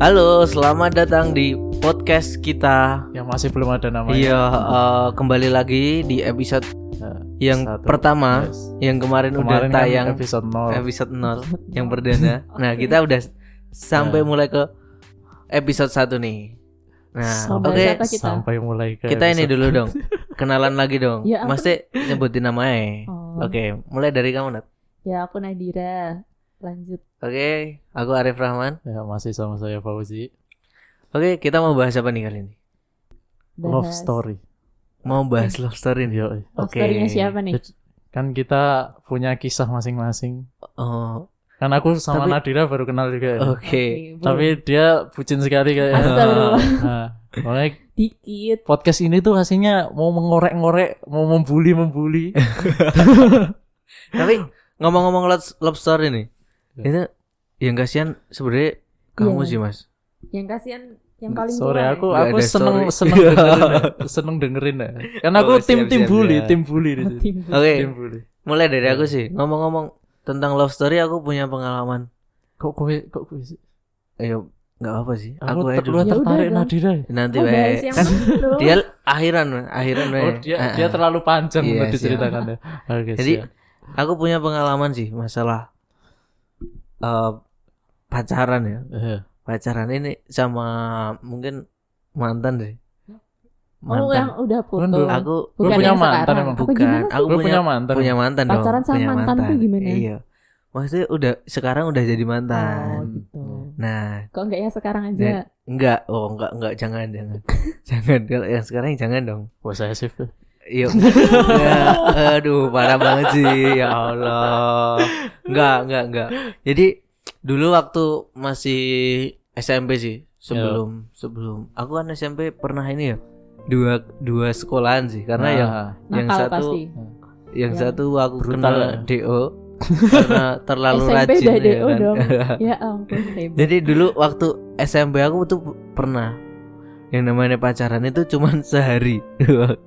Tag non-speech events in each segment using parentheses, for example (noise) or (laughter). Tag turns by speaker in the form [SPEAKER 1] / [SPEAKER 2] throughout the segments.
[SPEAKER 1] Halo, selamat datang di podcast kita.
[SPEAKER 2] yang masih belum ada namanya.
[SPEAKER 1] Iya, eh, kembali lagi di episode
[SPEAKER 2] Nah,
[SPEAKER 1] yang
[SPEAKER 2] satu.
[SPEAKER 1] pertama
[SPEAKER 2] Yes.
[SPEAKER 1] yang kemarin,
[SPEAKER 2] Kemarin
[SPEAKER 1] udah
[SPEAKER 2] kan
[SPEAKER 1] tayang episode,
[SPEAKER 2] episode 0.
[SPEAKER 1] 0 yang
[SPEAKER 2] (laughs)
[SPEAKER 1] perdana. Nah, kita udah
[SPEAKER 2] Nah.
[SPEAKER 1] sampai mulai ke episode 1 nih. Nah,
[SPEAKER 2] Sampai
[SPEAKER 1] oke.
[SPEAKER 3] siapa kita?
[SPEAKER 2] Sampai mulai ke
[SPEAKER 1] Kita ini
[SPEAKER 2] episode-
[SPEAKER 1] dulu dong. Kenalan lagi dong.
[SPEAKER 3] Ya, aku-
[SPEAKER 1] Mesti nyebutin namanya.
[SPEAKER 3] Oh.
[SPEAKER 1] Oke, mulai dari kamu, Nat.
[SPEAKER 3] Ya aku Nadira. Lanjut.
[SPEAKER 1] Oke, aku Arif Rahman.
[SPEAKER 2] Ya, masih sama saya Fauzi.
[SPEAKER 1] Oke, kita mau bahas apa nih kali ini?
[SPEAKER 2] Love
[SPEAKER 3] bahas
[SPEAKER 2] story.
[SPEAKER 1] Mau bahas love story nih.
[SPEAKER 2] Yoi.
[SPEAKER 3] Love
[SPEAKER 1] Oke.
[SPEAKER 3] story-nya siapa nih?
[SPEAKER 2] Jadi, Kan kita punya kisah masing-masing.
[SPEAKER 1] Oh,
[SPEAKER 2] Kan aku
[SPEAKER 1] Tapi-
[SPEAKER 2] sama
[SPEAKER 1] Oh.
[SPEAKER 2] Nadira baru kenal juga. ya.
[SPEAKER 1] oke.
[SPEAKER 3] belum.
[SPEAKER 2] Tapi dia bucin sekali kayaknya.
[SPEAKER 3] Astagfirullah.
[SPEAKER 2] (laughs) Nah, makanya
[SPEAKER 3] dikit.
[SPEAKER 2] podcast ini tuh hasilnya mau mengorek-ngorek, mau membuli-membuli.
[SPEAKER 1] Tapi ngomong-ngomong love, love story nih,
[SPEAKER 2] Ya.
[SPEAKER 1] itu yang kasihan sebenarnya kamu
[SPEAKER 3] Iya.
[SPEAKER 1] sih mas.
[SPEAKER 3] Yang kasihan yang paling
[SPEAKER 2] Sorry,
[SPEAKER 3] tua
[SPEAKER 2] aku
[SPEAKER 3] ya.
[SPEAKER 1] Nggak
[SPEAKER 2] aku
[SPEAKER 1] ada
[SPEAKER 2] seneng
[SPEAKER 1] story.
[SPEAKER 2] seneng dengerin ya.
[SPEAKER 1] (laughs)
[SPEAKER 2] seneng dengerin ya. Karena aku
[SPEAKER 1] Oh, siap,
[SPEAKER 2] tim tim
[SPEAKER 1] siap,
[SPEAKER 2] bully,
[SPEAKER 1] ya.
[SPEAKER 2] tim bully di sini.
[SPEAKER 3] Tim.
[SPEAKER 1] Oke,
[SPEAKER 2] Tim bully.
[SPEAKER 1] mulai dari
[SPEAKER 2] Ya.
[SPEAKER 3] Iya.
[SPEAKER 1] aku sih. Ngomong-ngomong tentang love story, aku punya pengalaman.
[SPEAKER 2] Kok kowe kok kowe sih?
[SPEAKER 1] Ayo, nggak apa sih. Aku,
[SPEAKER 2] Aku
[SPEAKER 1] aja
[SPEAKER 2] ter-
[SPEAKER 1] dulu.
[SPEAKER 2] lu
[SPEAKER 3] Ya
[SPEAKER 2] tertarik
[SPEAKER 3] udah,
[SPEAKER 2] Nadira. ya?
[SPEAKER 1] Nanti
[SPEAKER 3] Oh,
[SPEAKER 1] wae.
[SPEAKER 3] bahas yang
[SPEAKER 1] Kan
[SPEAKER 3] belum.
[SPEAKER 1] dia akhiran, Mas. akhiran wae.
[SPEAKER 2] Oh, dia
[SPEAKER 1] Ah,
[SPEAKER 2] dia
[SPEAKER 1] ah.
[SPEAKER 2] terlalu panjang
[SPEAKER 1] Iya,
[SPEAKER 2] untuk
[SPEAKER 1] siap.
[SPEAKER 2] diceritakan ya. Oke,
[SPEAKER 1] Jadi
[SPEAKER 2] siap.
[SPEAKER 1] aku punya pengalaman sih masalah eh, pacaran ya.
[SPEAKER 2] Eh,
[SPEAKER 1] Pacaran ini sama mungkin mantan sih.
[SPEAKER 3] Oh, yang
[SPEAKER 1] Mantan.
[SPEAKER 3] udah
[SPEAKER 2] Kan
[SPEAKER 3] putus.
[SPEAKER 2] belum.
[SPEAKER 1] aku
[SPEAKER 2] Lu
[SPEAKER 3] Bukan
[SPEAKER 2] punya
[SPEAKER 3] yang
[SPEAKER 2] mantan
[SPEAKER 3] sekarang.
[SPEAKER 2] emang?
[SPEAKER 3] Apa
[SPEAKER 1] bukan.
[SPEAKER 3] gimana sih?
[SPEAKER 1] Aku
[SPEAKER 2] Lu
[SPEAKER 1] punya
[SPEAKER 2] punya mantan.
[SPEAKER 1] punya mantan dong
[SPEAKER 3] Pacaran sama
[SPEAKER 1] punya
[SPEAKER 3] mantan tuh gimana?
[SPEAKER 1] iya maksudnya udah sekarang udah jadi
[SPEAKER 3] Oh,
[SPEAKER 1] mantan
[SPEAKER 3] gitu.
[SPEAKER 1] nah
[SPEAKER 3] Kok enggak ya sekarang aja?
[SPEAKER 1] Nek. enggak oh enggak enggak jangan
[SPEAKER 3] (laughs)
[SPEAKER 1] jangan jangan kalau yang sekarang jangan dong
[SPEAKER 2] Wah, saya sih. Oke,
[SPEAKER 3] (laughs)
[SPEAKER 1] Iya. Ya, aduh, parah banget sih. Ya Allah. Enggak, enggak, enggak. Jadi dulu waktu masih SMP sih, sebelum sebelum aku kan SMP pernah ini ya dua dua sekolahan sih karena ya
[SPEAKER 2] Ah.
[SPEAKER 1] yang yang
[SPEAKER 3] Nakal
[SPEAKER 1] satu
[SPEAKER 3] pasti.
[SPEAKER 1] yang
[SPEAKER 3] Yang
[SPEAKER 1] satu aku
[SPEAKER 2] brutal
[SPEAKER 1] kenal
[SPEAKER 2] ya.
[SPEAKER 1] DO karena terlalu
[SPEAKER 3] SMP
[SPEAKER 1] rajin
[SPEAKER 3] udah
[SPEAKER 1] ya
[SPEAKER 3] DO
[SPEAKER 1] kan. (laughs)
[SPEAKER 3] dong. Ya ampun, hebat.
[SPEAKER 1] Jadi dulu waktu SMP aku tuh pernah yang namanya pacaran itu cuman sehari. (laughs)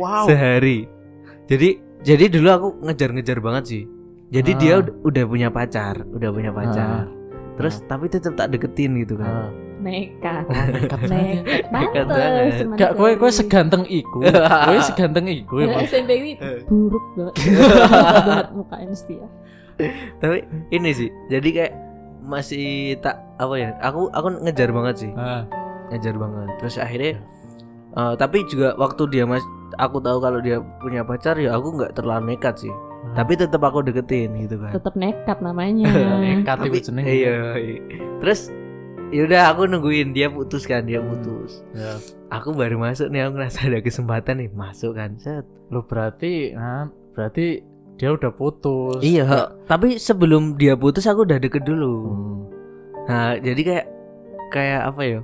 [SPEAKER 2] Wow.
[SPEAKER 1] sehari. Jadi jadi dulu aku ngejar-ngejar banget sih. Jadi
[SPEAKER 2] Ah.
[SPEAKER 1] dia ud- udah punya pacar, udah punya pacar. Terus tapi tetap tak deketin gitu kan.
[SPEAKER 2] Ah.
[SPEAKER 1] (laughs)
[SPEAKER 3] Nekat.
[SPEAKER 2] Oh, nekat banget.
[SPEAKER 3] Nekat.
[SPEAKER 1] Nekat
[SPEAKER 3] Pantes.
[SPEAKER 1] banget.
[SPEAKER 3] cuman
[SPEAKER 2] Gak, kowe kowe
[SPEAKER 3] sehari.
[SPEAKER 2] seganteng
[SPEAKER 1] (laughs)
[SPEAKER 2] iku. kowe seganteng iku
[SPEAKER 3] Ya,
[SPEAKER 2] emang.
[SPEAKER 3] SMP ini
[SPEAKER 1] Eh.
[SPEAKER 3] buruk
[SPEAKER 1] (laughs)
[SPEAKER 3] banget. Buruk banget mukanya mesti ya.
[SPEAKER 1] Tapi ini sih. Jadi kayak masih tak apa ya? Aku aku ngejar banget sih.
[SPEAKER 2] Ah,
[SPEAKER 1] ngejar banget Iya. terus akhirnya eh, tapi juga waktu dia mas aku tahu kalau dia punya pacar ya aku nggak terlalu nekat sih tapi tetap aku deketin gitu kan
[SPEAKER 3] Tetap nekat namanya.
[SPEAKER 2] nekat
[SPEAKER 1] tapi
[SPEAKER 2] iku jeneng.
[SPEAKER 1] iya, iya. terus yaudah aku nungguin dia putus kan dia putus
[SPEAKER 2] Ya.
[SPEAKER 1] aku baru masuk nih aku ngerasa ada kesempatan nih masuk kan set
[SPEAKER 2] Lu berarti nah, berarti dia udah putus.
[SPEAKER 1] iya tapi sebelum dia putus aku udah deket dulu
[SPEAKER 2] Hmm.
[SPEAKER 1] nah jadi kayak kayak apa ya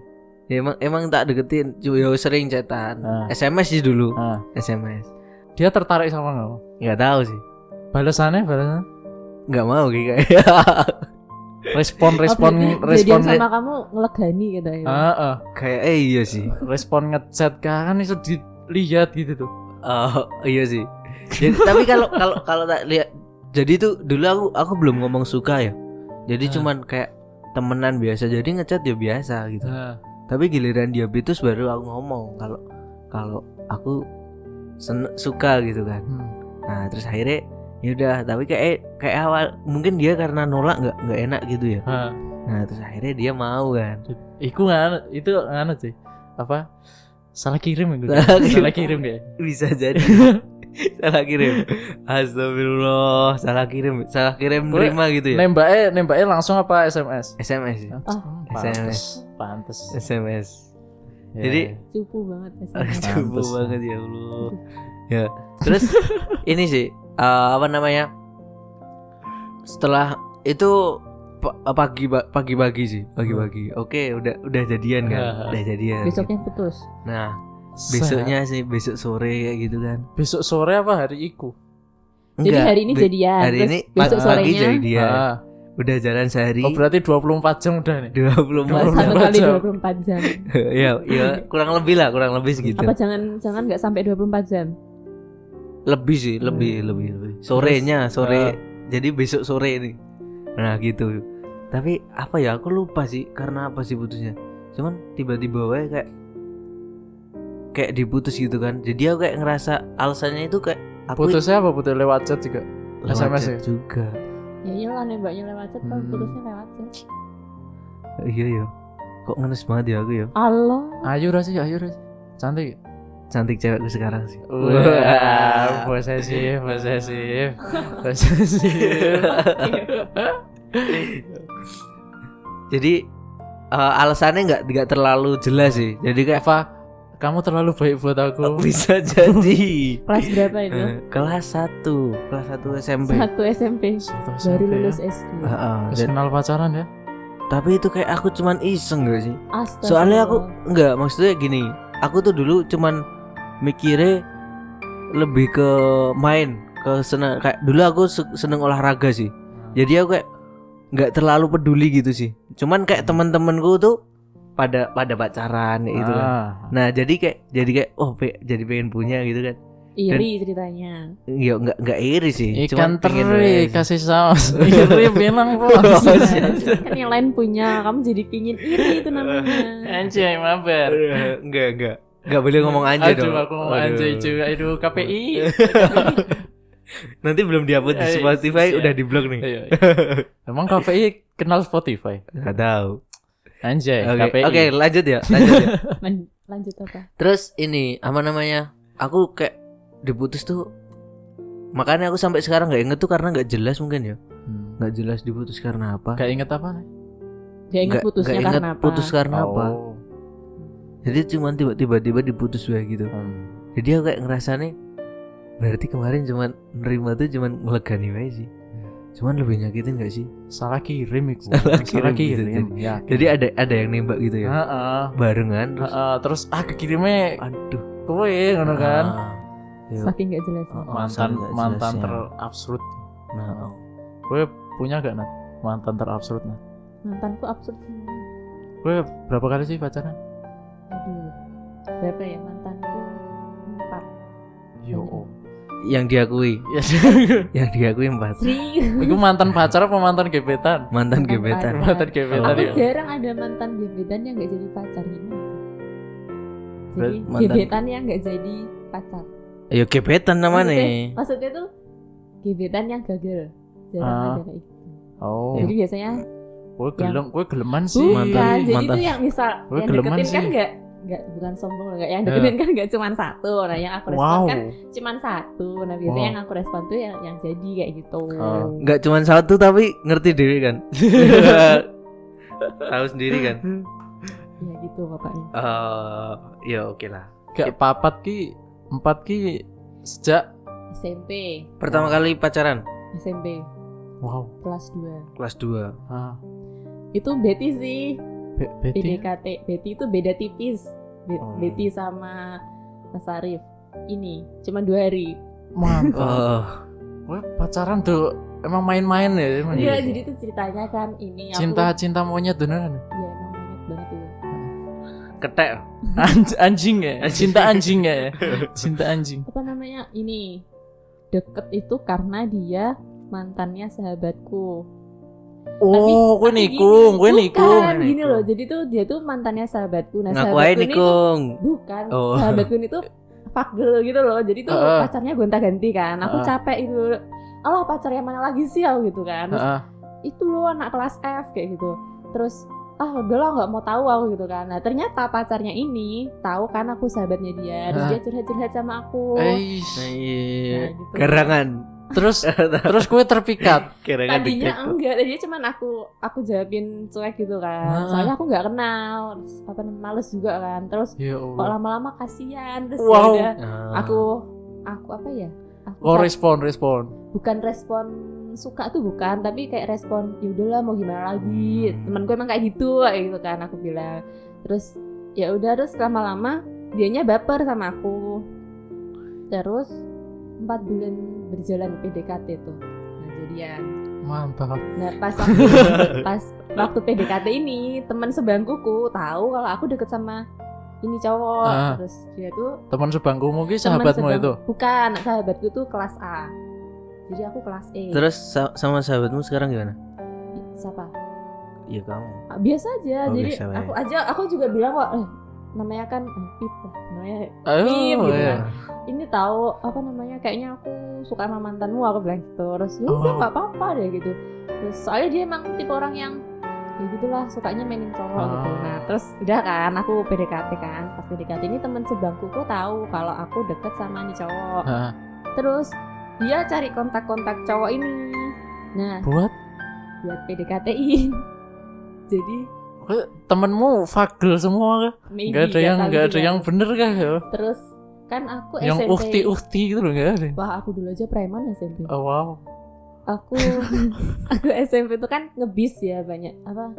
[SPEAKER 1] Ya emang emang tak deketin yo sering cetan
[SPEAKER 2] Ah.
[SPEAKER 1] SMS sih dulu
[SPEAKER 2] Ah.
[SPEAKER 1] SMS
[SPEAKER 2] Dia tertarik sama kamu.
[SPEAKER 1] nggak tahu sih
[SPEAKER 2] Balasannya balasan
[SPEAKER 1] nggak mau kayaknya
[SPEAKER 2] respon respon
[SPEAKER 3] Oh, berarti
[SPEAKER 2] respon
[SPEAKER 3] jadian sama kamu ngelegani gitu ya.
[SPEAKER 2] Ah, ah.
[SPEAKER 1] kayak eh iya sih
[SPEAKER 2] respon ngechat kan bisa dilihat gitu tuh.
[SPEAKER 1] Oh, iya sih Jadi, tapi kalau kalau kalau tak lihat jadi itu dulu aku aku belum ngomong suka ya jadi
[SPEAKER 2] Ah.
[SPEAKER 1] cuman kayak temenan biasa jadi ngechat ya biasa gitu
[SPEAKER 2] Ah,
[SPEAKER 1] tapi giliran dia diabetes baru aku ngomong kalau kalau aku sen- suka gitu kan
[SPEAKER 2] hmm.
[SPEAKER 1] nah terus akhirnya yaudah tapi kayak kayak awal mungkin dia karena nolak nggak nggak enak gitu ya
[SPEAKER 2] Ah,
[SPEAKER 1] nah terus akhirnya dia mau kan
[SPEAKER 2] iku nganu- itu nganu sih. Apa? Salah kirim iku.
[SPEAKER 1] Salah kirim.
[SPEAKER 2] salah kirim ya.
[SPEAKER 1] bisa
[SPEAKER 3] (laughs)
[SPEAKER 1] jadi salah kirim astagfirullah salah kirim salah kirim
[SPEAKER 2] Boleh
[SPEAKER 1] terima gitu ya
[SPEAKER 2] Nembaknya nembaknya langsung apa SMS?
[SPEAKER 1] SMS sih.
[SPEAKER 2] Ah,
[SPEAKER 3] Oh.
[SPEAKER 2] Pantes, pantes.
[SPEAKER 1] SMS
[SPEAKER 2] Ya.
[SPEAKER 1] Jadi-
[SPEAKER 3] Cupu
[SPEAKER 1] (laughs)
[SPEAKER 3] banget ya.
[SPEAKER 2] Aduh.
[SPEAKER 1] Aduh
[SPEAKER 2] Pantes.
[SPEAKER 1] banget ya Allah
[SPEAKER 3] (laughs)
[SPEAKER 1] ya terus ini sih eh, apa namanya setelah itu pa- eh, pagi ba- pagi-pagi sih pagi-pagi
[SPEAKER 3] Hmm.
[SPEAKER 1] oke udah udah jadian kan
[SPEAKER 2] Ya.
[SPEAKER 1] udah jadian
[SPEAKER 3] Besoknya putus.
[SPEAKER 1] nah
[SPEAKER 2] Sa-
[SPEAKER 1] besoknya sih besok sore kayak gitu kan
[SPEAKER 2] besok sore apa hari iku?
[SPEAKER 3] Jadi hari ini
[SPEAKER 1] be-
[SPEAKER 3] jadian.
[SPEAKER 1] hari
[SPEAKER 3] terus
[SPEAKER 1] ini
[SPEAKER 3] besok
[SPEAKER 1] pa- pagi
[SPEAKER 3] sorenya
[SPEAKER 1] jadian
[SPEAKER 2] Ah,
[SPEAKER 1] udah jalan sehari
[SPEAKER 2] oh berarti 24 jam udah nih.
[SPEAKER 1] 24
[SPEAKER 3] Wah, satu
[SPEAKER 1] (laughs)
[SPEAKER 2] 24
[SPEAKER 3] kali
[SPEAKER 2] jam.
[SPEAKER 3] 24 jam.
[SPEAKER 1] ya, ya kurang lebih lah kurang lebih segitu
[SPEAKER 3] Apa jangan jangan nggak sampai 24 jam?
[SPEAKER 1] lebih sih lebih lebih lebih sorenya sore
[SPEAKER 2] Iya. eh.
[SPEAKER 1] jadi besok sore ini nah gitu tapi apa ya aku lupa sih karena apa sih putusnya cuman tiba-tiba wae kayak kayak diputus gitu kan jadi aku kayak ngerasa alasannya itu kayak aku
[SPEAKER 2] Putusnya apa putus lewat chat juga?
[SPEAKER 1] lewat
[SPEAKER 2] SMS
[SPEAKER 1] chat
[SPEAKER 2] ya?
[SPEAKER 1] juga
[SPEAKER 3] Ya iyalah nembaknya lewat chat kan
[SPEAKER 2] Hmm.
[SPEAKER 3] putusnya lewat chat.
[SPEAKER 1] iya ya kok ngenes banget ya aku ya
[SPEAKER 3] Allah.
[SPEAKER 2] Ayu Rasi, Ayu Rasi. Cantik.
[SPEAKER 1] cantik cewekku sekarang sih
[SPEAKER 2] Wah, posesif, posesif,
[SPEAKER 1] (laughs)
[SPEAKER 2] (laughs) posesif.
[SPEAKER 1] jadi eh, alasannya nggak nggak terlalu jelas sih jadi kayak (laughs)
[SPEAKER 2] Eva, kamu terlalu baik buat aku.
[SPEAKER 1] bisa jadi
[SPEAKER 3] Kelas berapa itu?
[SPEAKER 1] Eh, kelas 1 kelas 1 SMP
[SPEAKER 3] Iya. Satu SMP.
[SPEAKER 2] Satu
[SPEAKER 3] Baru
[SPEAKER 2] SMP ya.
[SPEAKER 3] lulus SD.
[SPEAKER 1] Heeh,
[SPEAKER 2] Terus
[SPEAKER 1] dan-
[SPEAKER 2] kenal pacaran ya?
[SPEAKER 1] tapi itu kayak aku cuman iseng gak sih
[SPEAKER 3] Astaga.
[SPEAKER 1] soalnya aku nggak maksudnya gini aku tuh dulu cuman mikirnya lebih ke main ke seneng kayak dulu aku se- seneng olahraga sih jadi aku kayak nggak terlalu peduli gitu sih cuman kayak teman-temanku tuh pada pada pacaran kayak gitu kan
[SPEAKER 2] Ah.
[SPEAKER 1] nah jadi kayak jadi kayak oh pe- jadi pengen punya gitu kan
[SPEAKER 3] iri ceritanya.
[SPEAKER 1] ya nggak nggak iri sih
[SPEAKER 2] Ikan
[SPEAKER 1] pengen
[SPEAKER 2] teri
[SPEAKER 1] aja sih.
[SPEAKER 2] kasih
[SPEAKER 1] (laughs)
[SPEAKER 2] saus. Iri bilang bos.
[SPEAKER 1] Oh,
[SPEAKER 3] kan yang lain punya, kamu jadi pingin iri itu
[SPEAKER 1] (laughs)
[SPEAKER 3] namanya.
[SPEAKER 2] Anjay, mabar.
[SPEAKER 1] Eh, enggak enggak enggak boleh ngomong anjay
[SPEAKER 2] Aduh,
[SPEAKER 1] dong
[SPEAKER 2] aku mau
[SPEAKER 1] Waduh.
[SPEAKER 2] anjay juga. Aduh,
[SPEAKER 1] (laughs)
[SPEAKER 2] KPI.
[SPEAKER 1] nanti belum dihapus di
[SPEAKER 2] Eh,
[SPEAKER 1] Spotify
[SPEAKER 2] iya.
[SPEAKER 1] udah di blok nih
[SPEAKER 2] Ayo, ayo. Emang KPI kenal Spotify?
[SPEAKER 1] nggak tahu
[SPEAKER 2] Anjay,
[SPEAKER 1] oke
[SPEAKER 2] KPI.
[SPEAKER 1] oke lanjut ya lanjut ya
[SPEAKER 3] Man- Lanjut apa?
[SPEAKER 1] (laughs) terus ini apa namanya aku kayak diputus tuh makanya aku sampai sekarang nggak inget tuh karena nggak jelas mungkin ya
[SPEAKER 2] Hmm.
[SPEAKER 1] nggak jelas diputus karena apa
[SPEAKER 2] Gak inget apa?
[SPEAKER 3] Gak inget
[SPEAKER 1] Nggak-
[SPEAKER 3] putusnya
[SPEAKER 1] nggak inget
[SPEAKER 3] karena apa?
[SPEAKER 1] putus karena apa
[SPEAKER 2] Oh.
[SPEAKER 1] jadi cuman tiba-tiba tiba diputus gue gitu
[SPEAKER 2] Hmm.
[SPEAKER 1] jadi aku kayak ngerasa nih berarti kemarin cuman nerima tuh cuman ngelegani aja sih
[SPEAKER 2] Hmm.
[SPEAKER 1] cuman lebih nyakitin gak sih
[SPEAKER 2] Salah kirim iku.
[SPEAKER 1] Salah kirim, gitu, bisa
[SPEAKER 2] Ya.
[SPEAKER 1] jadi ada ada yang nembak gitu ya
[SPEAKER 2] Heeh.
[SPEAKER 1] barengan terus
[SPEAKER 2] Heeh, terus ah kekirimnya
[SPEAKER 1] aduh
[SPEAKER 2] kowe ngono kan.
[SPEAKER 1] Ah, yuk.
[SPEAKER 3] Saking gak jelas.
[SPEAKER 1] Oh,
[SPEAKER 2] Ah.
[SPEAKER 1] oh,
[SPEAKER 2] mantan
[SPEAKER 1] saking gak
[SPEAKER 2] mantan
[SPEAKER 1] jelasnya.
[SPEAKER 2] terabsurd.
[SPEAKER 1] Nah, oh.
[SPEAKER 2] Kowe punya gak Nat? Mantan terabsurd Nat.
[SPEAKER 3] Mantanku absurd semua.
[SPEAKER 2] Kowe berapa kali sih pacaran?
[SPEAKER 3] Aduh. Berapa ya mantanku? Empat.
[SPEAKER 1] Ya
[SPEAKER 2] Yo.
[SPEAKER 3] Banyak.
[SPEAKER 1] yang
[SPEAKER 2] (laughs)
[SPEAKER 1] diakui
[SPEAKER 2] Ya.
[SPEAKER 1] yang diakui empat
[SPEAKER 3] (laughs) Serius.
[SPEAKER 2] Iku mantan pacar apa mantan
[SPEAKER 1] (laughs)
[SPEAKER 2] gebetan?
[SPEAKER 1] mantan
[SPEAKER 3] Mantan
[SPEAKER 1] gebetan
[SPEAKER 3] pacar.
[SPEAKER 2] Mantan gebetan
[SPEAKER 3] Aku
[SPEAKER 1] Tadi
[SPEAKER 2] ya.
[SPEAKER 3] jarang ada mantan gebetan yang gak jadi pacar gitu. Jadi
[SPEAKER 1] Ber- mantan-
[SPEAKER 3] gebetan yang gak jadi pacar.
[SPEAKER 1] ayo gebetan namanya
[SPEAKER 3] Maksudnya- Maksudnya tuh gebetan yang gagal. Jarang
[SPEAKER 2] Ah.
[SPEAKER 3] ada kayak gitu.
[SPEAKER 2] Oh,
[SPEAKER 3] Jadi biasanya
[SPEAKER 2] kowe gelem, kowe geleman sih.
[SPEAKER 3] bukan.
[SPEAKER 1] Iya. mantan-
[SPEAKER 3] jadi
[SPEAKER 1] mantan.
[SPEAKER 3] tuh yang misal
[SPEAKER 2] Gue
[SPEAKER 3] yang
[SPEAKER 2] Oh, geleman
[SPEAKER 3] deketin kan
[SPEAKER 2] sih. Iya.
[SPEAKER 3] gak nggak bukan sombong loh nggak yang deketin kan nggak cuma satu nah yang aku respon
[SPEAKER 2] Wow.
[SPEAKER 3] kan cuma satu nah biasanya
[SPEAKER 2] Wow.
[SPEAKER 3] yang aku respon tuh yang yang jadi kayak gitu
[SPEAKER 2] Ah.
[SPEAKER 1] nggak cuman satu tapi ngerti dewi
[SPEAKER 2] (laughs)
[SPEAKER 1] kan (laughs) tahu sendiri kan
[SPEAKER 3] ya gitu pokoknya
[SPEAKER 1] Eh, ya oke lah
[SPEAKER 2] Gak papat ki, empat ki sejak
[SPEAKER 3] SMP
[SPEAKER 1] pertama kali pacaran
[SPEAKER 3] SMP
[SPEAKER 2] wow.
[SPEAKER 3] kelas 2
[SPEAKER 1] kelas 2
[SPEAKER 2] Ah,
[SPEAKER 3] itu Betty sih
[SPEAKER 2] Be- Betty.
[SPEAKER 3] PDKT Betty itu beda tipis Be-
[SPEAKER 1] Oh.
[SPEAKER 3] Betty sama Mas Arif ini cuma dua hari
[SPEAKER 1] (laughs)
[SPEAKER 2] Mantap.
[SPEAKER 1] oh
[SPEAKER 2] Kowe pacaran tuh emang main-main ya emang.
[SPEAKER 1] Iya.
[SPEAKER 3] Iya, jadi tuh ceritanya kan ini aku-
[SPEAKER 2] Cinta cinta monyet beneran.
[SPEAKER 3] ya emang monyet banget itu
[SPEAKER 1] ketek
[SPEAKER 2] Anj- anjing
[SPEAKER 1] (laughs)
[SPEAKER 2] ya.
[SPEAKER 1] Anjing.
[SPEAKER 2] Cinta anjing ya. Cinta anjing.
[SPEAKER 3] apa namanya ini deket itu karena dia mantannya sahabatku
[SPEAKER 2] Oh, gue
[SPEAKER 3] tapi gini,
[SPEAKER 2] nikung, gue
[SPEAKER 3] bukan,
[SPEAKER 2] nikung.
[SPEAKER 3] gini
[SPEAKER 1] nikung.
[SPEAKER 3] loh jadi tuh dia tuh mantannya sahabatku nah
[SPEAKER 1] ngaku
[SPEAKER 3] sahabatku
[SPEAKER 1] aja
[SPEAKER 3] ini tuh-
[SPEAKER 1] nikung
[SPEAKER 3] bukan
[SPEAKER 1] Oh.
[SPEAKER 3] sahabatku ini tuh fagel gitu loh jadi tuh
[SPEAKER 2] Heeh.
[SPEAKER 3] pacarnya gonta ganti kan aku
[SPEAKER 2] Heeh.
[SPEAKER 3] capek itu Allah pacarnya mana lagi sih aku gitu kan Terus,
[SPEAKER 2] Heeh.
[SPEAKER 3] itu loh anak kelas F kayak gitu terus ah udahlah nggak mau tahu aku gitu kan nah ternyata pacarnya ini tahu kan aku sahabatnya dia terus
[SPEAKER 2] Hah?
[SPEAKER 3] dia curhat curhat sama aku
[SPEAKER 2] Eish.
[SPEAKER 1] (laughs)
[SPEAKER 3] Nah,
[SPEAKER 1] Iya.
[SPEAKER 3] gitu.
[SPEAKER 1] Garangan,
[SPEAKER 2] Terus terus gue terpikat.
[SPEAKER 1] garangan diktek.
[SPEAKER 3] tadinya enggak tadinya cuman aku aku jawabin cuek gitu kan
[SPEAKER 2] Ah.
[SPEAKER 3] soalnya aku nggak kenal terus, apa namanya males juga kan terus
[SPEAKER 2] Ya
[SPEAKER 3] kok
[SPEAKER 2] Allah.
[SPEAKER 3] lama-lama kasihan terus
[SPEAKER 2] Wow.
[SPEAKER 3] ya udah,
[SPEAKER 1] Ah.
[SPEAKER 3] aku aku apa ya aku
[SPEAKER 2] Oh,
[SPEAKER 3] kayak
[SPEAKER 2] respon respon.
[SPEAKER 3] bukan respon suka tuh bukan tapi kayak respon ya udahlah mau gimana lagi
[SPEAKER 2] Hmm.
[SPEAKER 3] temen gue emang kayak gitu kayak gitu kan aku bilang terus ya udah terus lama-lama dianya baper sama aku terus empat bulan berjalan PDKT tuh nah jadian
[SPEAKER 2] Mantap.
[SPEAKER 3] Nah,
[SPEAKER 2] (laughs)
[SPEAKER 3] pas waktu, pas waktu PDKT ini teman sebangkuku tahu kalau aku deket sama ini cowok
[SPEAKER 2] Ah.
[SPEAKER 3] terus dia tuh
[SPEAKER 2] Teman sebangkumu ki
[SPEAKER 3] teman
[SPEAKER 2] sahabatmu
[SPEAKER 3] sebang-
[SPEAKER 2] itu.
[SPEAKER 3] bukan sahabatku tuh kelas A jadi aku kelas E
[SPEAKER 1] Terus sa- sama sahabatmu sekarang gimana?
[SPEAKER 3] siapa
[SPEAKER 1] Iya kamu.
[SPEAKER 3] Ah, biasa aja
[SPEAKER 1] Oh,
[SPEAKER 3] jadi
[SPEAKER 1] biasa aja.
[SPEAKER 3] aku aja aku juga bilang kok eh, namanya kan eh, pip lah namanya
[SPEAKER 2] Oh,
[SPEAKER 3] gitu
[SPEAKER 2] iya.
[SPEAKER 1] Nah,
[SPEAKER 3] kan. ini tahu apa namanya kayaknya aku suka sama mantanmu aku bilang gitu terus ya
[SPEAKER 1] Oh.
[SPEAKER 3] udah nggak apa-apa deh gitu terus soalnya dia emang tipe orang yang ya gitulah sukanya mainin cowok
[SPEAKER 2] Oh.
[SPEAKER 3] gitu nah terus udah kan aku PDKT kan pas PDKT ini teman sebangkuku tahu kalau aku deket sama nih cowok
[SPEAKER 2] Hah,
[SPEAKER 3] terus dia cari kontak-kontak cowok ini nah
[SPEAKER 2] buat
[SPEAKER 3] buat PDKT-in (laughs) jadi
[SPEAKER 2] eh, temenmu fagel semua kah?
[SPEAKER 3] maybe
[SPEAKER 2] Gak ada yang
[SPEAKER 3] tahu
[SPEAKER 2] gak ada
[SPEAKER 3] Iya, juga.
[SPEAKER 2] yang bener kah? ya?
[SPEAKER 3] terus kan aku
[SPEAKER 2] Yang
[SPEAKER 3] SMP
[SPEAKER 2] ukti-ukti gitu loh gak ada.
[SPEAKER 3] wah aku dulu aja preman SMP
[SPEAKER 2] Oh, wow.
[SPEAKER 3] aku (laughs) aku SMP itu kan ngebis ya banyak apa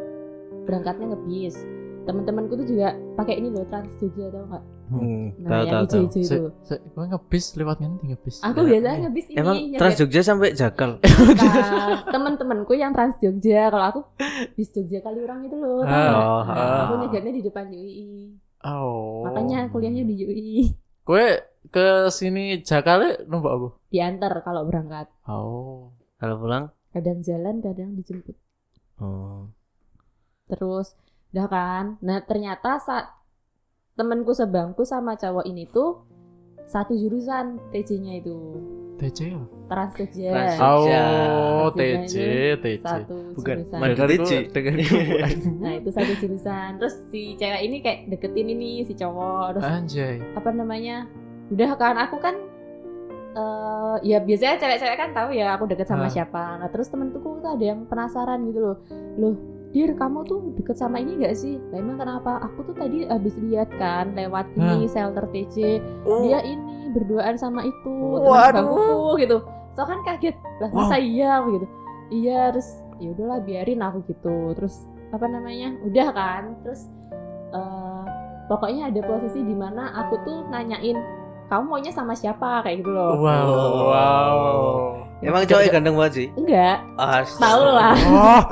[SPEAKER 3] berangkatnya ngebis teman-temanku tuh juga pakai ini loh trans Jogja tau nggak
[SPEAKER 1] Hmm, tahu
[SPEAKER 3] nah
[SPEAKER 1] tahu
[SPEAKER 3] yang
[SPEAKER 1] tahu.
[SPEAKER 3] hijau-hijau
[SPEAKER 2] Se-
[SPEAKER 3] itu
[SPEAKER 2] se- Gue ngebis lewat nanti ngebis.
[SPEAKER 3] aku
[SPEAKER 2] Lewat
[SPEAKER 3] biasanya
[SPEAKER 2] ngendi.
[SPEAKER 3] ngebis ini
[SPEAKER 1] Emang
[SPEAKER 3] nyampe
[SPEAKER 1] Trans Jogja sampai (laughs) Jakal.
[SPEAKER 3] (laughs) Jakarta. teman-temanku yang trans Jogja kalau aku bis Jogja kali orang itu loh tau nggak?
[SPEAKER 2] Ah,
[SPEAKER 3] Nah,
[SPEAKER 2] ah.
[SPEAKER 3] aku nyegatnya di depan UI
[SPEAKER 2] Oh.
[SPEAKER 3] makanya kuliahnya di UI
[SPEAKER 2] gue ke sini Jakarta numpak apa?
[SPEAKER 3] (laughs) diantar kalau berangkat
[SPEAKER 2] Oh.
[SPEAKER 1] Kalau pulang?
[SPEAKER 3] kadang jalan kadang dijemput
[SPEAKER 1] Oh.
[SPEAKER 3] terus udah kan nah ternyata saat temenku sebangku sama cowok ini tuh satu jurusan TC-nya itu
[SPEAKER 2] TC ya?
[SPEAKER 1] Trans
[SPEAKER 3] trans TJ
[SPEAKER 1] Jogja.
[SPEAKER 2] Oh,
[SPEAKER 3] Jogja
[SPEAKER 2] TC, TC.
[SPEAKER 3] satu
[SPEAKER 1] Bukan,
[SPEAKER 3] jurusan
[SPEAKER 1] Madu
[SPEAKER 2] Dengarku-
[SPEAKER 1] TC.
[SPEAKER 2] dengarku bukan.
[SPEAKER 3] nah itu satu jurusan terus si cewek ini kayak deketin ini si cowok terus
[SPEAKER 2] Anjay.
[SPEAKER 3] apa namanya udah kan aku kan eh ya biasanya cewek-cewek kan tahu ya aku deket sama
[SPEAKER 2] Ah.
[SPEAKER 3] siapa nah terus temen tuh ada yang penasaran gitu loh loh dir kamu tuh deket sama ini gak sih lah emang kenapa aku tuh tadi habis lihat kan lewat ini shelter TC dia ini berduaan sama itu teman
[SPEAKER 2] Waduh.
[SPEAKER 3] sebangkuku gitu so kan kaget lah
[SPEAKER 2] Wow.
[SPEAKER 3] masa iya aku gitu iya terus ya udahlah biarin aku gitu terus apa namanya udah kan terus eh, pokoknya ada posisi di mana aku tuh nanyain kamu maunya sama siapa kayak gitu loh
[SPEAKER 2] Wow. Wow.
[SPEAKER 1] (laughs) Emang cowoknya ganteng banget sih?
[SPEAKER 3] enggak
[SPEAKER 1] Astaga.
[SPEAKER 3] tahu lah
[SPEAKER 2] Wah,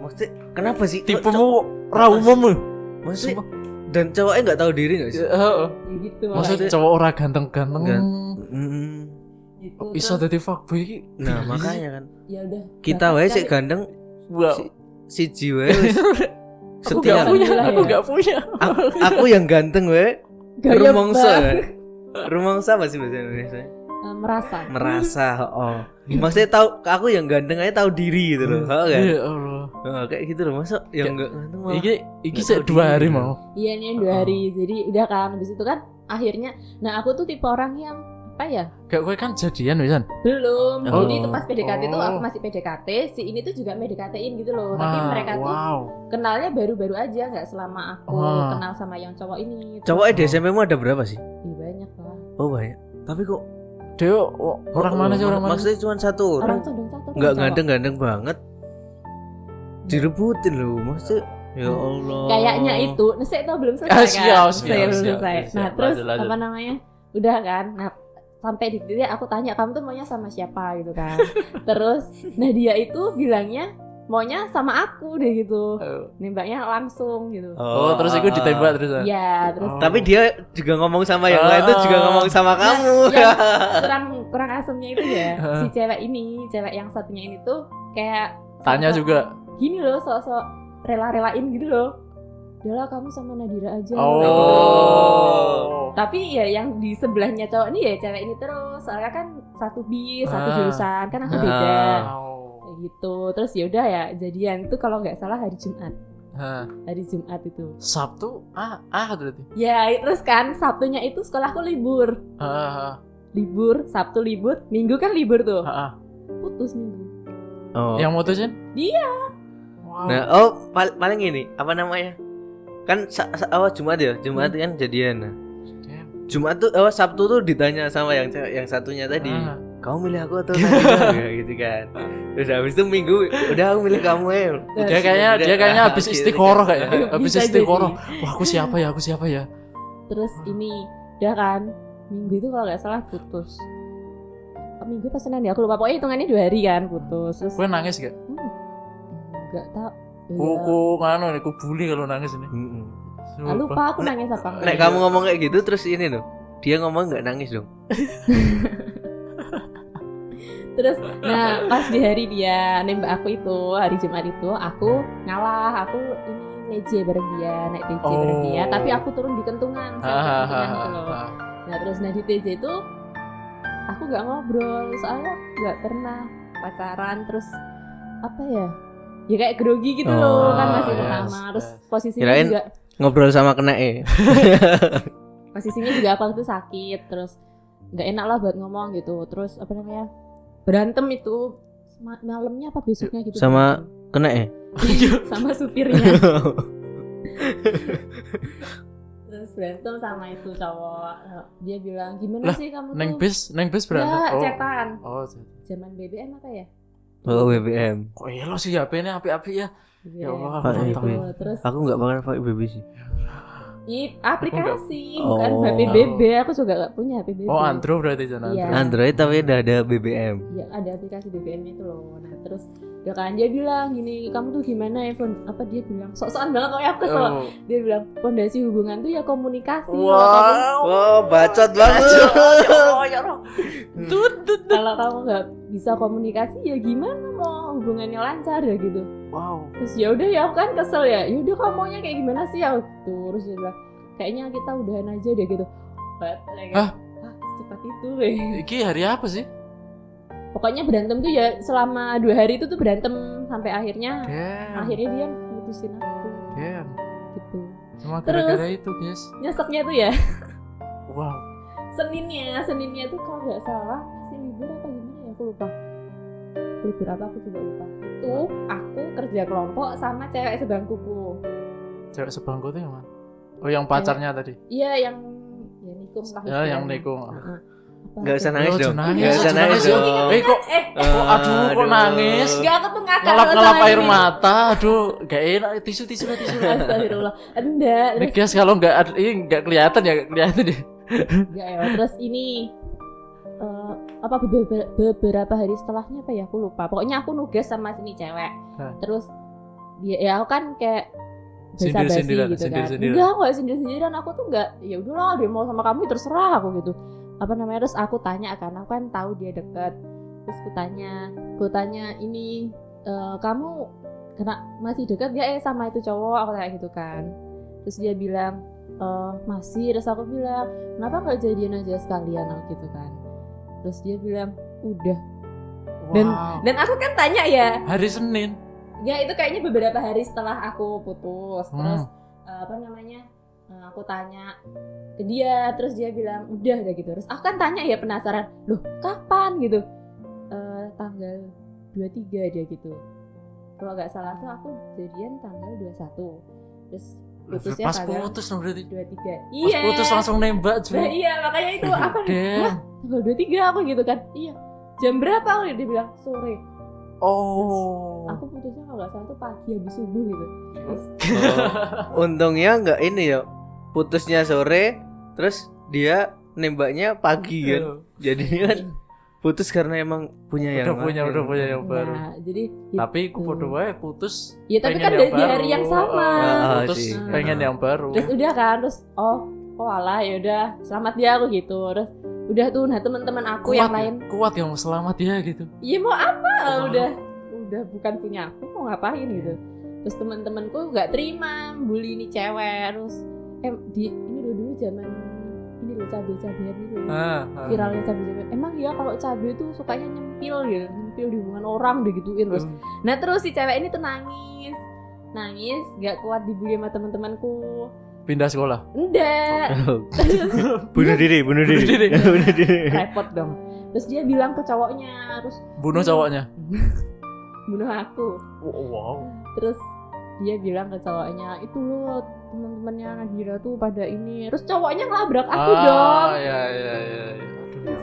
[SPEAKER 1] Maksudnya kenapa sih?
[SPEAKER 2] tipemu ra umum.
[SPEAKER 1] Maksudnya dan cowoknya nggak tahu diri nggak sih?
[SPEAKER 3] ya gitu
[SPEAKER 2] Maksudnya
[SPEAKER 3] makanya.
[SPEAKER 2] cowok ora ganteng-ganteng.
[SPEAKER 1] Gan- Mm-mm.
[SPEAKER 3] Gitu,
[SPEAKER 1] oh,
[SPEAKER 2] kok Bisa
[SPEAKER 3] terus
[SPEAKER 2] dadi fuckboy iki.
[SPEAKER 1] Nah makanya
[SPEAKER 3] (laughs)
[SPEAKER 1] kan
[SPEAKER 3] ya udah
[SPEAKER 1] kita wae
[SPEAKER 3] berangkat
[SPEAKER 1] sih
[SPEAKER 3] kali.
[SPEAKER 1] gandeng
[SPEAKER 2] Wow.
[SPEAKER 1] si jiwa (laughs) wis
[SPEAKER 2] Aku Iya. gak
[SPEAKER 1] setia.
[SPEAKER 3] punya.
[SPEAKER 2] punya, aku gak punya.
[SPEAKER 1] A- aku yang ganteng we
[SPEAKER 3] Gaya banget.
[SPEAKER 1] rumongso rumongso apa sih bahasa Indonesia
[SPEAKER 3] Eh, merasa
[SPEAKER 1] merasa oh
[SPEAKER 2] Iya.
[SPEAKER 1] maksudnya tahu aku yang ganteng aja tahu diri gitu loh oh, kan
[SPEAKER 2] Ya Allah.
[SPEAKER 1] Oh, kayak gitu loh masa
[SPEAKER 2] Iya.
[SPEAKER 1] yang nggak ganteng malah
[SPEAKER 2] Iki iki
[SPEAKER 1] Nggak
[SPEAKER 2] sik
[SPEAKER 1] tahu
[SPEAKER 2] dua hari
[SPEAKER 1] diri.
[SPEAKER 2] mau.
[SPEAKER 3] Iya ini
[SPEAKER 1] Oh.
[SPEAKER 3] dua hari jadi udah kan habis itu kan akhirnya nah aku tuh tipe orang yang apa ya
[SPEAKER 2] Gak gue kan jadian wisan.
[SPEAKER 3] belum
[SPEAKER 1] Oh.
[SPEAKER 3] jadi itu pas PDKT tuh aku
[SPEAKER 2] Oh.
[SPEAKER 3] masih PDKT si ini tuh juga PDKT-in gitu loh tapi
[SPEAKER 2] Wah,
[SPEAKER 3] mereka tuh
[SPEAKER 2] wow.
[SPEAKER 3] kenalnya baru-baru aja nggak selama aku
[SPEAKER 2] Wah.
[SPEAKER 3] kenal sama yang cowok ini
[SPEAKER 1] cowoknya di SMP mu ada berapa sih
[SPEAKER 3] Ih, banyak lah
[SPEAKER 1] oh banyak tapi kok
[SPEAKER 2] Dia oh, orang
[SPEAKER 1] oh,
[SPEAKER 2] mana sih
[SPEAKER 1] mak-
[SPEAKER 2] orang mana?
[SPEAKER 1] maksudnya cuma satu orang
[SPEAKER 3] orang condong catur
[SPEAKER 1] nggak
[SPEAKER 3] cowok.
[SPEAKER 1] ganteng ganteng banget direbutin loh maksudnya ya
[SPEAKER 2] Hmm.
[SPEAKER 1] Allah
[SPEAKER 3] kayaknya itu nah saya tuh belum selesai
[SPEAKER 2] Oh. Ah,
[SPEAKER 3] kan
[SPEAKER 2] siap,
[SPEAKER 3] Saya
[SPEAKER 2] siap,
[SPEAKER 3] belum
[SPEAKER 2] siap,
[SPEAKER 3] selesai
[SPEAKER 2] siap.
[SPEAKER 3] nah terus
[SPEAKER 2] Lanjut, lanjut.
[SPEAKER 3] apa namanya udah kan nah sampai di titik aku tanya kamu tuh maunya sama siapa gitu
[SPEAKER 2] (laughs)
[SPEAKER 3] kan terus nah dia itu bilangnya maunya sama aku deh gitu nembaknya langsung gitu
[SPEAKER 2] Oh, terus aku ditembak terus. ah.
[SPEAKER 3] ya terus
[SPEAKER 1] tapi dia juga ngomong sama yang
[SPEAKER 2] Ah.
[SPEAKER 1] lain
[SPEAKER 2] Ya,
[SPEAKER 1] tuh juga ngomong sama kamu
[SPEAKER 3] yang kurang kurang asemnya itu ya
[SPEAKER 2] Heeh.
[SPEAKER 3] si cewek ini cewek yang satunya ini tuh kayak
[SPEAKER 2] tanya
[SPEAKER 3] sama-
[SPEAKER 2] juga.
[SPEAKER 3] gini loh sosok rela-relain gitu loh udahlah kamu sama Nadira aja
[SPEAKER 2] Oh.
[SPEAKER 3] tapi ya yang di sebelahnya cowok ini ya cewek ini terus soalnya kan satu bis satu
[SPEAKER 2] Ah.
[SPEAKER 3] jurusan kan aku
[SPEAKER 1] Ah.
[SPEAKER 3] beda
[SPEAKER 2] Wow.
[SPEAKER 3] Kayak gitu terus ya udah ya jadian itu kalau nggak salah hari Jumat
[SPEAKER 2] Hah,
[SPEAKER 3] hari Jumat itu
[SPEAKER 2] Sabtu ah ah berarti.
[SPEAKER 3] ya terus kan Sabtunya itu sekolahku libur
[SPEAKER 2] Ah,
[SPEAKER 3] libur Sabtu libur Minggu kan libur
[SPEAKER 2] ah,
[SPEAKER 3] tuh
[SPEAKER 2] ah, ah.
[SPEAKER 3] putus Minggu
[SPEAKER 1] (laughs) oh.
[SPEAKER 2] Yang mutusin?
[SPEAKER 3] Dia.
[SPEAKER 2] Wow.
[SPEAKER 1] Nah, oh pal- paling ini apa namanya? Kan sa- sa- awal Jumat ya, Jumat
[SPEAKER 2] Hmm.
[SPEAKER 1] kan jadian. Nah,
[SPEAKER 2] Damn.
[SPEAKER 1] Jumat tuh awal Sabtu tuh ditanya sama yang cewek- yang satunya tadi. Nah,
[SPEAKER 2] Ah.
[SPEAKER 1] Kamu milih aku
[SPEAKER 2] (laughs)
[SPEAKER 1] atau Nadira? Ya, gitu kan. Terus habis itu Minggu udah aku milih kamu ya.
[SPEAKER 2] Dia kayaknya dia kayaknya habis
[SPEAKER 1] gitu
[SPEAKER 2] istiqoroh kayaknya. Habis
[SPEAKER 3] Bisa
[SPEAKER 2] istiqoroh.
[SPEAKER 3] jadi.
[SPEAKER 2] Wah, aku siapa ya? Aku siapa ya?
[SPEAKER 3] terus ini udah kan minggu itu kalau nggak salah putus Oh, minggu pas Senin ya aku lupa pokoknya hitungannya dua hari kan putus terus
[SPEAKER 2] Gue nangis
[SPEAKER 3] Iya.
[SPEAKER 2] gak?
[SPEAKER 3] nggak tahu Iya.
[SPEAKER 2] Ku ku nganu nih, ku bully kalau nangis ini.
[SPEAKER 1] kan. Mm-mm.
[SPEAKER 3] Ah, lupa aku nangis apa enggak.
[SPEAKER 1] Nek kamu ngomong kayak gitu terus ini loh. Dia ngomong nggak nangis dong.
[SPEAKER 3] terus nah pas di hari dia nembak aku itu hari Jumat itu aku ngalah aku ini meja bareng dia naik TJ bareng
[SPEAKER 2] Oh.
[SPEAKER 3] dia tapi aku turun di kentungan saya turun di kentungan gitu loh.
[SPEAKER 2] Hahaha.
[SPEAKER 3] nah terus nah di TJ itu aku nggak ngobrol soalnya nggak pernah pacaran terus apa ya ya kayak grogi gitu
[SPEAKER 1] Oh,
[SPEAKER 3] loh kan masih
[SPEAKER 1] yes,
[SPEAKER 3] pertama terus
[SPEAKER 2] iya, yes.
[SPEAKER 3] posisinya
[SPEAKER 1] Kirain-
[SPEAKER 3] juga
[SPEAKER 1] Ngobrol sama kena eh.
[SPEAKER 3] posisinya juga aku waktu sakit terus nggak enak lah buat ngomong gitu terus apa namanya berantem itu ma- malamnya apa besoknya gitu
[SPEAKER 1] Sama- Kena
[SPEAKER 2] (laughs)
[SPEAKER 1] eh.
[SPEAKER 3] (laughs) sama supirnya terus berantem sama itu cowok dia bilang gimana
[SPEAKER 2] Lah,
[SPEAKER 3] sih kamu
[SPEAKER 2] Neng
[SPEAKER 3] tuh
[SPEAKER 2] bis, neng bis
[SPEAKER 3] ya
[SPEAKER 2] berantem. Oh.
[SPEAKER 3] cetan
[SPEAKER 2] Oh, cetan.
[SPEAKER 3] zaman BBM apa ya
[SPEAKER 1] Oh BBM.
[SPEAKER 2] kok elo sih HP-nya api-api ya.
[SPEAKER 3] BBM.
[SPEAKER 2] Ya Allah,
[SPEAKER 1] Pak,
[SPEAKER 2] aku
[SPEAKER 1] iya,
[SPEAKER 2] tahu.
[SPEAKER 1] iya.
[SPEAKER 3] Gitu. terus
[SPEAKER 1] Aku nggak bakal pakai BB sih.
[SPEAKER 3] i- aplikasi
[SPEAKER 1] Aku nggak-
[SPEAKER 3] bukan HP
[SPEAKER 1] Oh.
[SPEAKER 3] BB aku juga nggak punya HP BB
[SPEAKER 2] Oh, Andro berarti jangan
[SPEAKER 3] Iya.
[SPEAKER 2] Andro.
[SPEAKER 1] Android tapi udah ada BBM.
[SPEAKER 3] ya ada aplikasi BBM itu loh nah terus udah kan dia bilang gini kamu tuh gimana Evan apa dia bilang sok-sokan banget kayak aku kesel
[SPEAKER 2] Oh.
[SPEAKER 3] dia bilang pondasi hubungan tuh ya komunikasi Kalau kamu
[SPEAKER 2] Wow.
[SPEAKER 1] Wah, Oh, bacot
[SPEAKER 3] Ya
[SPEAKER 2] Tut tut. tut.
[SPEAKER 3] kalau kamu nggak bisa komunikasi ya gimana mau hubungannya lancar ya gitu
[SPEAKER 2] Wow.
[SPEAKER 3] terus ya udah ya aku kan kesel ya ya udah kamu maunya kayak gimana sih ya gitu terus dia bilang kayaknya kita udahan aja deh gitu But, like,
[SPEAKER 2] Hah?
[SPEAKER 3] "Hah, secepat itu weh."
[SPEAKER 2] Iki hari apa sih?
[SPEAKER 3] pokoknya berantem tuh ya selama dua hari itu tuh berantem sampai akhirnya
[SPEAKER 2] Damn.
[SPEAKER 3] akhirnya dia mutusin aku
[SPEAKER 2] Damn.
[SPEAKER 3] gitu
[SPEAKER 2] Cuma
[SPEAKER 3] Terus.
[SPEAKER 2] gara-gara itu, guys.
[SPEAKER 3] nyeseknya tuh ya (laughs)
[SPEAKER 2] Wow.
[SPEAKER 3] seninnya seninnya tuh kalau nggak salah masih libur apa gimana ya aku lupa libur apa aku juga lupa itu aku kerja kelompok sama cewek sebangkuku
[SPEAKER 2] Cewek sebangku tuh yang mana? Oh, yang pacarnya tadi.
[SPEAKER 3] iya yang ya nikung lah
[SPEAKER 2] Ya, yang
[SPEAKER 3] istilahnya.
[SPEAKER 2] Neko.
[SPEAKER 3] Heeh. Apa
[SPEAKER 1] Nggak
[SPEAKER 3] tuh?
[SPEAKER 1] usah nangis
[SPEAKER 2] Yo,
[SPEAKER 1] dong.
[SPEAKER 2] Oh, jangan
[SPEAKER 1] Nggak usah
[SPEAKER 2] nangis,
[SPEAKER 1] nangis
[SPEAKER 2] jangan
[SPEAKER 1] dong.
[SPEAKER 2] nangis. Eh, kok-
[SPEAKER 3] eh
[SPEAKER 2] Oh, aduh, kok nangis?
[SPEAKER 3] nggak aku tuh ngakak
[SPEAKER 2] ngelap ngelap
[SPEAKER 3] sama
[SPEAKER 2] air
[SPEAKER 3] ini.
[SPEAKER 2] mata aduh gak enak tisu tisu lah, tisu lah.
[SPEAKER 3] Astagfirullah. Enggak,
[SPEAKER 2] Ini
[SPEAKER 3] terus
[SPEAKER 2] guys kalau nggak ada- ini nggak kelihatan ya nggak kelihatan ya
[SPEAKER 3] enggak ya. Terus ini eh, apa beberapa, beberapa hari setelahnya apa ya aku lupa. Pokoknya aku nugas sama sini cewek.
[SPEAKER 2] Hah.
[SPEAKER 3] Terus dia ya aku kan kayak
[SPEAKER 2] Sindir-
[SPEAKER 3] basa-basi
[SPEAKER 2] sindiran,
[SPEAKER 3] gitu
[SPEAKER 2] sindir-
[SPEAKER 3] kan.
[SPEAKER 2] sindiran.
[SPEAKER 3] Enggak, aku gak sindir-sindiran. Aku tuh enggak ya udahlah dia mau sama kamu ya terserah aku gitu. Apa namanya? Terus aku tanya kan, aku kan tahu dia deket. Terus aku tanya, aku tanya ini eh, kamu kena masih deket gak ya sama itu cowok? Aku tanya gitu kan. Terus dia bilang eh masih. Terus aku bilang kenapa nggak jadian aja sekalian aku gitu kan. Terus dia bilang udah. Dan-
[SPEAKER 2] Wow.
[SPEAKER 3] Dan aku kan tanya ya,
[SPEAKER 2] hari Senin
[SPEAKER 3] ya itu kayaknya beberapa hari setelah aku putus. Terus
[SPEAKER 2] hmm.
[SPEAKER 3] eh, apa namanya eh, aku tanya ke dia terus dia bilang udah udah gitu terus aku kan tanya ya penasaran loh kapan gitu Eh, tanggal 23 dia gitu kalau nggak salah tuh aku jadian tanggal 21 terus putusnya
[SPEAKER 2] pas
[SPEAKER 3] tanggal
[SPEAKER 2] putus dong berarti
[SPEAKER 3] 23
[SPEAKER 2] pas
[SPEAKER 3] iya
[SPEAKER 2] putus langsung nembak
[SPEAKER 3] Nah,
[SPEAKER 2] cuy
[SPEAKER 3] iya makanya itu aku
[SPEAKER 2] Damn.
[SPEAKER 3] tanggal 23 aku gitu kan iya jam berapa aku dia bilang sore
[SPEAKER 2] oh
[SPEAKER 3] aku putusnya kalau nggak salah tuh pagi habis subuh gitu terus
[SPEAKER 1] Oh, untungnya nggak ini ya. Putusnya sore, terus dia nembaknya pagi kan. Jadi kan putus karena emang punya yang
[SPEAKER 2] udah punya
[SPEAKER 1] lain.
[SPEAKER 2] udah punya
[SPEAKER 1] (laughs)
[SPEAKER 2] yang oh, baru
[SPEAKER 3] nah jadi
[SPEAKER 2] tapi aku
[SPEAKER 3] gitu.
[SPEAKER 2] podo wae putus
[SPEAKER 3] Ya tapi
[SPEAKER 2] pengen
[SPEAKER 3] kan
[SPEAKER 2] yang
[SPEAKER 3] dari di
[SPEAKER 2] baru.
[SPEAKER 3] hari yang sama. Nah.
[SPEAKER 2] Ah,
[SPEAKER 1] Ah,
[SPEAKER 2] putus
[SPEAKER 1] sih.
[SPEAKER 2] pengen
[SPEAKER 1] Ah.
[SPEAKER 2] yang baru
[SPEAKER 3] Terus udah kan, terus oh, oh alah ya udah, selamat ya aku gitu. Terus udah tuh nah teman-teman aku yang lain,
[SPEAKER 2] kuat ya? yang selamat ya gitu
[SPEAKER 3] iya mau apa?
[SPEAKER 2] Oh.
[SPEAKER 3] Udah udah bukan punya aku mau ngapain
[SPEAKER 2] Iya.
[SPEAKER 3] gitu. Terus teman-temanku nggak terima, bully ini cewek terus em di ini dulu dulu zaman ini loh cabai-cabean gitu.
[SPEAKER 2] Ah, ah.
[SPEAKER 3] Viralnya cabai-cabean. Emang ya kalau cabai tuh sukanya nyempil gitu, nyempil di hubungan orang digituin
[SPEAKER 2] Hmm.
[SPEAKER 3] terus. Nah terus si cewek ini tuh nangis nangis nggak kuat dibully sama teman-temanku
[SPEAKER 2] pindah sekolah
[SPEAKER 3] enggak
[SPEAKER 1] bunuh diri, bunuh diri.
[SPEAKER 2] Bunuh diri.
[SPEAKER 1] (laughs) bunuh diri.
[SPEAKER 3] repot dong terus dia bilang ke cowoknya terus
[SPEAKER 2] bunuh cowoknya
[SPEAKER 3] bunuh aku
[SPEAKER 2] Oh, wow
[SPEAKER 3] terus dia bilang ke cowoknya itu loh teman-temannya Nadira tuh pada ini terus cowoknya ngelabrak aku
[SPEAKER 2] ah,
[SPEAKER 3] dong
[SPEAKER 2] Ya, ya, ya, ya. Aduh.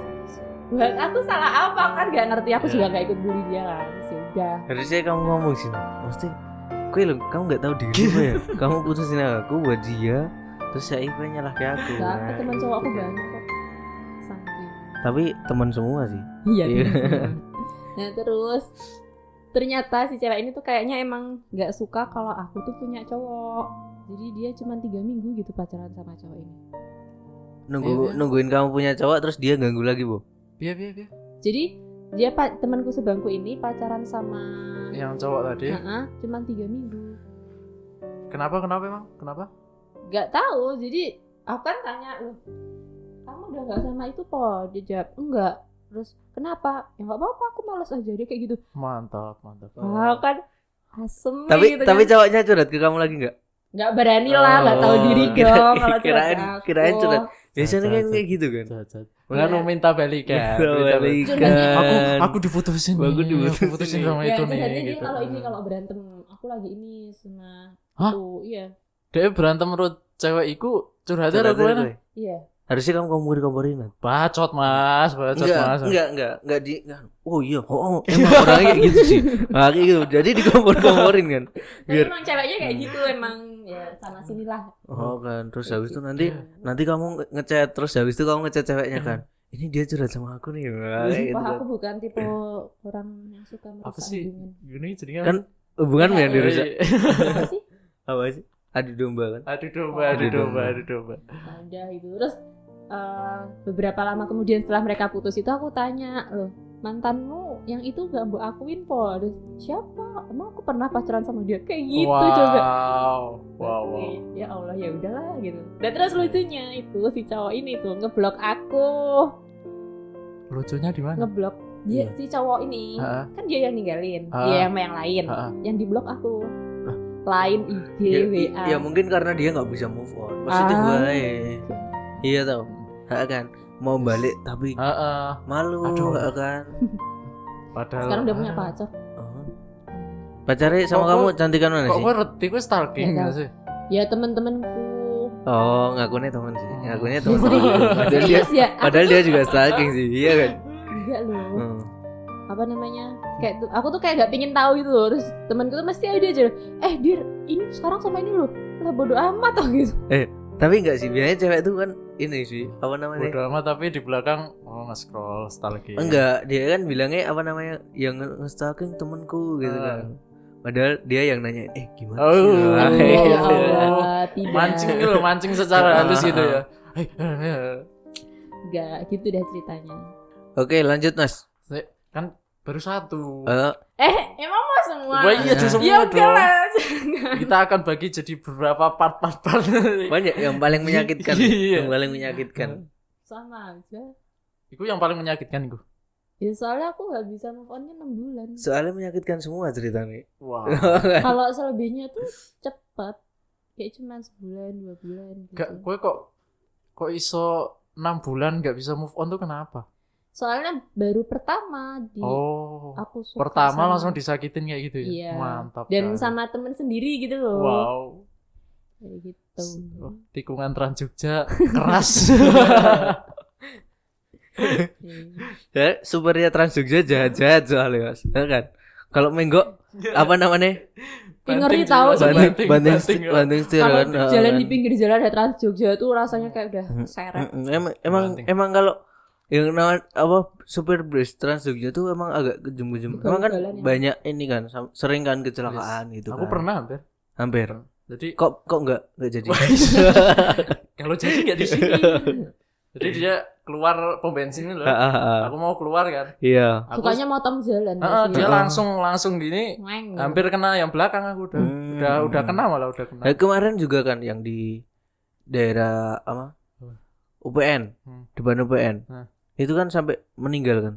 [SPEAKER 3] buat aku salah apa kan gak ngerti aku
[SPEAKER 2] Iya.
[SPEAKER 3] juga gak ikut bully dia kan terus ya udah
[SPEAKER 1] Harusnya kamu ngomong sih. Mesti kue lo, kamu nggak tahu diri apa
[SPEAKER 2] (laughs)
[SPEAKER 1] ya. Kamu putusin aku buat dia, terus saya ikut nyalah ke aku.
[SPEAKER 3] gak aku
[SPEAKER 2] Iya.
[SPEAKER 1] Nah,
[SPEAKER 3] teman cowokku banyak kok santai
[SPEAKER 1] Tapi teman semua sih.
[SPEAKER 3] Iya.
[SPEAKER 1] Iya.
[SPEAKER 3] bener. nah terus ternyata si cewek ini tuh kayaknya emang nggak suka kalau aku tuh punya cowok. Jadi dia cuma tiga minggu gitu pacaran sama cowok ini.
[SPEAKER 1] Nunggu
[SPEAKER 2] Iya.
[SPEAKER 1] nungguin kamu punya cowok, terus dia ganggu lagi bu.
[SPEAKER 2] Biar, biar, biar.
[SPEAKER 3] Jadi dia pak temanku sebangku ini pacaran sama
[SPEAKER 2] yang cowok tadi
[SPEAKER 1] Iya.
[SPEAKER 3] Heeh, cuman tiga minggu
[SPEAKER 2] kenapa kenapa emang kenapa
[SPEAKER 3] nggak tahu jadi aku kan tanya "Loh, kamu udah nggak sama itu po dia jawab enggak terus kenapa ya nggak apa-apa aku males aja dia kayak gitu
[SPEAKER 2] mantap mantap
[SPEAKER 3] wah kan asem
[SPEAKER 1] Oh. Tapi
[SPEAKER 3] gitu
[SPEAKER 1] tapi
[SPEAKER 3] kan.
[SPEAKER 1] cowoknya curhat ke kamu lagi nggak?
[SPEAKER 3] nggak berani lah nggak tahu
[SPEAKER 2] Oh,
[SPEAKER 3] diri dong kalau
[SPEAKER 1] kirain-
[SPEAKER 3] curhat aku.
[SPEAKER 1] kirain curhat. Biasanya
[SPEAKER 2] Curhat,
[SPEAKER 1] kan
[SPEAKER 2] curhat.
[SPEAKER 1] kayak gitu kan. Iya,
[SPEAKER 2] Jat, jat.
[SPEAKER 3] Iya.
[SPEAKER 2] Bukan mau minta balikan.
[SPEAKER 1] Minta
[SPEAKER 2] minta
[SPEAKER 1] balikan.
[SPEAKER 2] Aku aku diputusin. nih,
[SPEAKER 1] Aku
[SPEAKER 2] Aku
[SPEAKER 1] diputusin.
[SPEAKER 2] diputusin, sama
[SPEAKER 3] ya
[SPEAKER 2] itu nih.
[SPEAKER 3] curhatnya dia
[SPEAKER 2] gitu.
[SPEAKER 3] kalau ini kalau berantem aku lagi ini sama
[SPEAKER 2] Hah?
[SPEAKER 3] tuh iya
[SPEAKER 2] Dia berantem menurut cewek iku curhatnya
[SPEAKER 1] Curhatnya
[SPEAKER 2] aku mana?
[SPEAKER 1] gue.
[SPEAKER 3] iya
[SPEAKER 1] Harusnya kamu komporin komporin
[SPEAKER 2] Bacot mas, bacot
[SPEAKER 1] Enggak,
[SPEAKER 2] mas.
[SPEAKER 1] enggak, enggak, enggak di enggak. Oh iya, oh, oh, emang orangnya kayak gitu sih. Nah, kayak gitu. Jadi dikompor-komporin kan.
[SPEAKER 3] tapi
[SPEAKER 1] Biar-
[SPEAKER 3] emang ceweknya kayak
[SPEAKER 2] Hmm.
[SPEAKER 3] gitu emang ya sana sinilah
[SPEAKER 1] Oh kan, terus habis itu nanti
[SPEAKER 2] Iya,
[SPEAKER 1] nanti kamu ngechat terus habis itu kamu ngechat ceweknya kan. Ini dia curhat sama aku nih. Wah, kayak gitu
[SPEAKER 3] Sumpah
[SPEAKER 1] kan.
[SPEAKER 3] aku bukan tipe orang yang suka merusak
[SPEAKER 2] Iya. Apa sih?
[SPEAKER 3] hubungan.
[SPEAKER 2] Gini jadinya
[SPEAKER 1] Kan hubungan yang dirusak.
[SPEAKER 2] Eh,
[SPEAKER 3] Apa sih?
[SPEAKER 1] Apa sih? Adu domba kan.
[SPEAKER 2] Aduh domba,
[SPEAKER 1] Aduh
[SPEAKER 2] aduh domba,
[SPEAKER 1] domba.
[SPEAKER 2] aduh domba.
[SPEAKER 3] Nah, udah gitu. Terus eh, beberapa lama kemudian setelah mereka putus itu aku tanya, "Loh, mantanmu yang itu gak mbok akuin po?" Terus, "Siapa? Emang aku pernah pacaran sama dia?" Kayak gitu
[SPEAKER 2] wow.
[SPEAKER 3] coba.
[SPEAKER 2] Wow, wow.
[SPEAKER 3] Ya Allah, ya udahlah gitu. Dan terus lucunya itu si cowok ini tuh ngeblok aku,
[SPEAKER 2] Lucunya di mana?
[SPEAKER 3] ngeblok dia
[SPEAKER 2] Iya.
[SPEAKER 3] si cowok ini.
[SPEAKER 2] Heeh.
[SPEAKER 3] Kan dia yang ninggalin,
[SPEAKER 2] Ah.
[SPEAKER 3] dia yang sama yang lain.
[SPEAKER 2] Ah.
[SPEAKER 3] Yang diblok aku.
[SPEAKER 2] Lah.
[SPEAKER 3] Lain IG,
[SPEAKER 2] Iya,
[SPEAKER 1] Ya,
[SPEAKER 3] WA.
[SPEAKER 1] ya mungkin karena dia nggak bisa move on. Positif
[SPEAKER 3] Ah.
[SPEAKER 1] wae. Iya tau. Ha, kan mau balik tapi
[SPEAKER 2] Heeh.
[SPEAKER 1] malu
[SPEAKER 2] Aduh.
[SPEAKER 1] ha, kan.
[SPEAKER 2] Padahal.
[SPEAKER 3] Sekarang udah punya
[SPEAKER 2] Ah.
[SPEAKER 3] pacar.
[SPEAKER 1] Oh. Pacarnya sama
[SPEAKER 2] Kok-
[SPEAKER 1] kamu
[SPEAKER 2] kok-
[SPEAKER 1] cantikan mana
[SPEAKER 2] Kok
[SPEAKER 1] sih?
[SPEAKER 2] gue reti gue stalking
[SPEAKER 3] Nggak
[SPEAKER 2] gak sih?
[SPEAKER 3] Ya temen-temenku.
[SPEAKER 1] Oh, ngakunya teman sih. Ngakunya teman. Padahal
[SPEAKER 2] (laughs)
[SPEAKER 3] Serius,
[SPEAKER 1] dia
[SPEAKER 3] Serius ya?
[SPEAKER 1] padahal dia juga stalking sih. Iya kan?
[SPEAKER 3] Enggak loh.
[SPEAKER 1] Hmm.
[SPEAKER 3] Apa namanya? Kayak tuh, aku tuh kayak gak pingin tahu gitu loh. Terus temenku tuh mesti ada aja. Eh, Dir, ini sekarang sama ini loh. Lah bodo amat toh gitu.
[SPEAKER 1] Tapi enggak sih, biasanya cewek tuh kan ini sih, apa namanya?
[SPEAKER 2] Bodoh amat tapi di belakang oh nge-scroll stalking.
[SPEAKER 1] Enggak, dia kan bilangnya apa namanya? Yang nge-stalking temanku gitu
[SPEAKER 2] Ah.
[SPEAKER 1] kan. Padahal dia yang nanya, "Eh, gimana?"
[SPEAKER 2] Oh.
[SPEAKER 1] sih?" Wah,
[SPEAKER 2] Iya.
[SPEAKER 3] Ya
[SPEAKER 1] gitu kan.
[SPEAKER 3] Allah, tidak.
[SPEAKER 2] mancing itu loh, mancing secara halus gitu ya. eh,
[SPEAKER 3] Enggak, gitu deh ceritanya.
[SPEAKER 1] (laughs) Oke, lanjut, Mas.
[SPEAKER 2] kan baru satu.
[SPEAKER 1] Eh,
[SPEAKER 3] Eh, emang mau semua?
[SPEAKER 2] Wah iya
[SPEAKER 1] Ya.
[SPEAKER 2] tuh semua
[SPEAKER 3] Ya
[SPEAKER 2] dong.
[SPEAKER 3] udah lah.
[SPEAKER 2] Kita akan bagi jadi beberapa part-part-part.
[SPEAKER 1] banyak yang paling menyakitkan,
[SPEAKER 2] (laughs) Iya.
[SPEAKER 1] yang paling menyakitkan.
[SPEAKER 3] Sama aja.
[SPEAKER 2] Itu yang paling menyakitkan itu.
[SPEAKER 3] Ya soalnya aku gak bisa move on-nya 6 bulan.
[SPEAKER 1] Soalnya menyakitkan semua ceritanya.
[SPEAKER 2] Wow.
[SPEAKER 3] Kalau selebihnya tuh cepet. Kayak cuma sebulan, dua bulan gitu.
[SPEAKER 2] (laughs) Gak, gue kok kok iso 6 bulan gak bisa move on tuh kenapa?
[SPEAKER 3] Soalnya baru pertama di
[SPEAKER 2] Oh.
[SPEAKER 3] Iya. aku suka
[SPEAKER 2] Pertama
[SPEAKER 3] sama-
[SPEAKER 2] langsung disakitin kayak gitu ya.
[SPEAKER 3] Iya.
[SPEAKER 2] Mantap.
[SPEAKER 3] dan
[SPEAKER 2] kali.
[SPEAKER 3] sama temen sendiri gitu loh.
[SPEAKER 2] Wow.
[SPEAKER 3] Kayak
[SPEAKER 1] (laughs)
[SPEAKER 3] gitu.
[SPEAKER 2] Wah, Tikungan Trans
[SPEAKER 3] (laughs)
[SPEAKER 2] Jogja keras.
[SPEAKER 3] Iya.
[SPEAKER 1] Ya, supernya Trans Jogja jahat-jahat soalnya, Mas. Ya kan? Kalau Menggo apa namanya?
[SPEAKER 3] Ngeri tahu.
[SPEAKER 1] Banding
[SPEAKER 2] Iya. Banting,
[SPEAKER 1] banding
[SPEAKER 2] banting.
[SPEAKER 1] banding setir
[SPEAKER 3] Kalau
[SPEAKER 1] kan. Heeh,
[SPEAKER 3] jalan
[SPEAKER 1] kan.
[SPEAKER 3] di pinggir jalan ada Trans Jogja tuh rasanya kayak udah
[SPEAKER 1] Hmm.
[SPEAKER 3] seret.
[SPEAKER 1] Mm-mm, Emang emang
[SPEAKER 2] Banting.
[SPEAKER 1] emang kalau yang nama apa supir bus Trans Jogja tuh emang agak kejem-kejem.
[SPEAKER 3] Betul, ya.
[SPEAKER 1] Emang kan
[SPEAKER 3] jalannya.
[SPEAKER 1] banyak ini kan sam- sering kan kecelakaan gitu
[SPEAKER 2] Aku
[SPEAKER 1] kan.
[SPEAKER 2] pernah hampir.
[SPEAKER 1] hampir.
[SPEAKER 2] Jadi
[SPEAKER 1] Kok kok enggak enggak jadi.
[SPEAKER 2] (laughs) kalau jadi
[SPEAKER 3] (laughs)
[SPEAKER 2] nggak di sini. Jadi dia keluar pom bensin loh.
[SPEAKER 1] Ah, ah, ah.
[SPEAKER 2] Aku mau keluar kan.
[SPEAKER 1] (laughs) Iya.
[SPEAKER 2] Aku
[SPEAKER 3] Sukanya motong jalan.
[SPEAKER 2] Heeh,
[SPEAKER 3] pasti.
[SPEAKER 2] dia
[SPEAKER 1] Heeh.
[SPEAKER 2] langsung langsung gini
[SPEAKER 3] Ngeng.
[SPEAKER 2] hampir kena yang belakang aku udah
[SPEAKER 1] Hmm.
[SPEAKER 2] udah udah kan kena malah udah kena.
[SPEAKER 1] Nah, kemarin juga kan yang di daerah apa?
[SPEAKER 2] Apa?
[SPEAKER 1] UPN,
[SPEAKER 2] Hmm.
[SPEAKER 1] depan UPN.
[SPEAKER 2] Nah.
[SPEAKER 1] Itu kan sampai meninggal kan.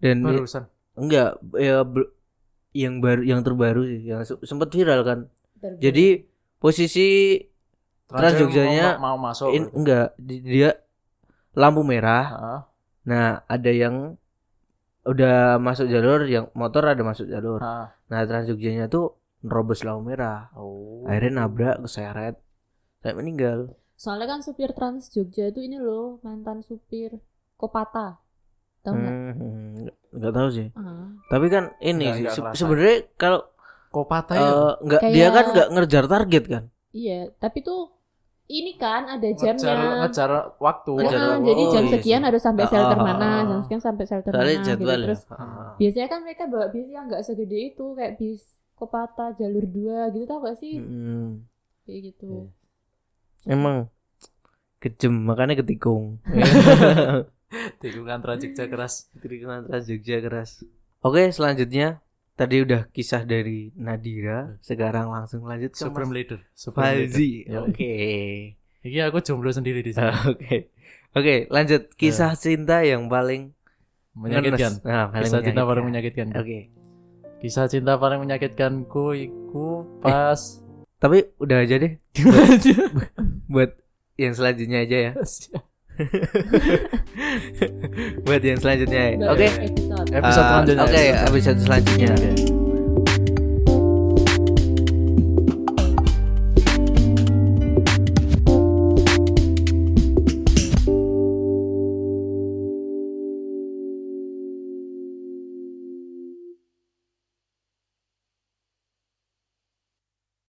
[SPEAKER 1] Dan
[SPEAKER 2] Barusan.
[SPEAKER 1] enggak ya bel- yang baru yang terbaru sih yang se- sempat viral kan.
[SPEAKER 3] Terbang.
[SPEAKER 2] Hmm.
[SPEAKER 1] Jadi posisi Trans Jogjanya-
[SPEAKER 2] mau, mau masuk.
[SPEAKER 1] in- enggak di- dia lampu merah.
[SPEAKER 2] Heeh.
[SPEAKER 1] Nah, ada yang udah masuk jalur, yang motor ada masuk jalur.
[SPEAKER 2] Heeh.
[SPEAKER 1] Nah, Trans Jogjanya tuh nerobos lampu merah.
[SPEAKER 2] Oh.
[SPEAKER 1] Akhirnya nabrak keseret. Saya meninggal.
[SPEAKER 3] soalnya kan supir Trans Jogja itu ini loh mantan supir Kopata. Tahu nggak?
[SPEAKER 1] Hmm, enggak tahu sih.
[SPEAKER 3] Ah.
[SPEAKER 1] Tapi kan ini
[SPEAKER 2] Enggak,
[SPEAKER 1] sih
[SPEAKER 2] enggak
[SPEAKER 1] se-
[SPEAKER 2] kerasa.
[SPEAKER 1] sebenarnya kalau
[SPEAKER 2] Kopata ya.
[SPEAKER 1] eh, enggak
[SPEAKER 3] Oh, iya. Kayak-
[SPEAKER 1] dia kan enggak ngerjar target kan.
[SPEAKER 3] Iya, tapi tuh ini kan ada jamnya.
[SPEAKER 2] ngejar ngejar waktu.
[SPEAKER 3] Heeh,
[SPEAKER 1] ngejar waktu.
[SPEAKER 3] jadi jam
[SPEAKER 1] Oh, iya
[SPEAKER 3] sekian
[SPEAKER 1] sih.
[SPEAKER 3] harus sampai
[SPEAKER 1] Ah,
[SPEAKER 3] shelter
[SPEAKER 1] ah,
[SPEAKER 3] mana,
[SPEAKER 2] ah, ah.
[SPEAKER 3] jam sekian sampai shelter
[SPEAKER 1] Soalnya
[SPEAKER 3] mana.
[SPEAKER 1] jadwal
[SPEAKER 3] gitu.
[SPEAKER 1] ya.
[SPEAKER 3] Terus
[SPEAKER 1] Ah.
[SPEAKER 3] biasanya kan mereka bawa bis yang nggak segede itu kayak bis kopata jalur 2 gitu tau gak sih
[SPEAKER 1] Hmm. Mm-mm.
[SPEAKER 3] kayak gitu
[SPEAKER 1] Emang kejem makanya ketikung.
[SPEAKER 2] Tikungan Trajekja keras.
[SPEAKER 1] Tikungan Trans Jogja keras. Oke, selanjutnya tadi udah kisah dari Nadira, sekarang langsung lanjut Iya. ke
[SPEAKER 2] Supreme
[SPEAKER 1] Mas
[SPEAKER 2] Leader. Supreme Leader.
[SPEAKER 1] Falzi.
[SPEAKER 2] Yoi.
[SPEAKER 1] Oke.
[SPEAKER 2] Iki aku jomblo sendiri di sini.
[SPEAKER 1] Oke. Oke, lanjut kisah cinta yang paling ngenes.
[SPEAKER 2] Menyakitkan.
[SPEAKER 1] Nah, paling
[SPEAKER 2] Kisah cinta paling
[SPEAKER 1] menyakitkan.
[SPEAKER 2] menyakitkan.
[SPEAKER 1] Oke.
[SPEAKER 2] Kisah cinta paling menyakitkanku iku
[SPEAKER 1] Eh.
[SPEAKER 2] pas
[SPEAKER 1] (laughs) Tapi udah aja deh buat yang selanjutnya aja ya. Buat yang selanjutnya. ya. Oke.
[SPEAKER 3] Episode.
[SPEAKER 2] Episode
[SPEAKER 1] Ah,
[SPEAKER 2] selanjutnya.
[SPEAKER 1] Oke, episode selanjutnya.
[SPEAKER 2] Oke.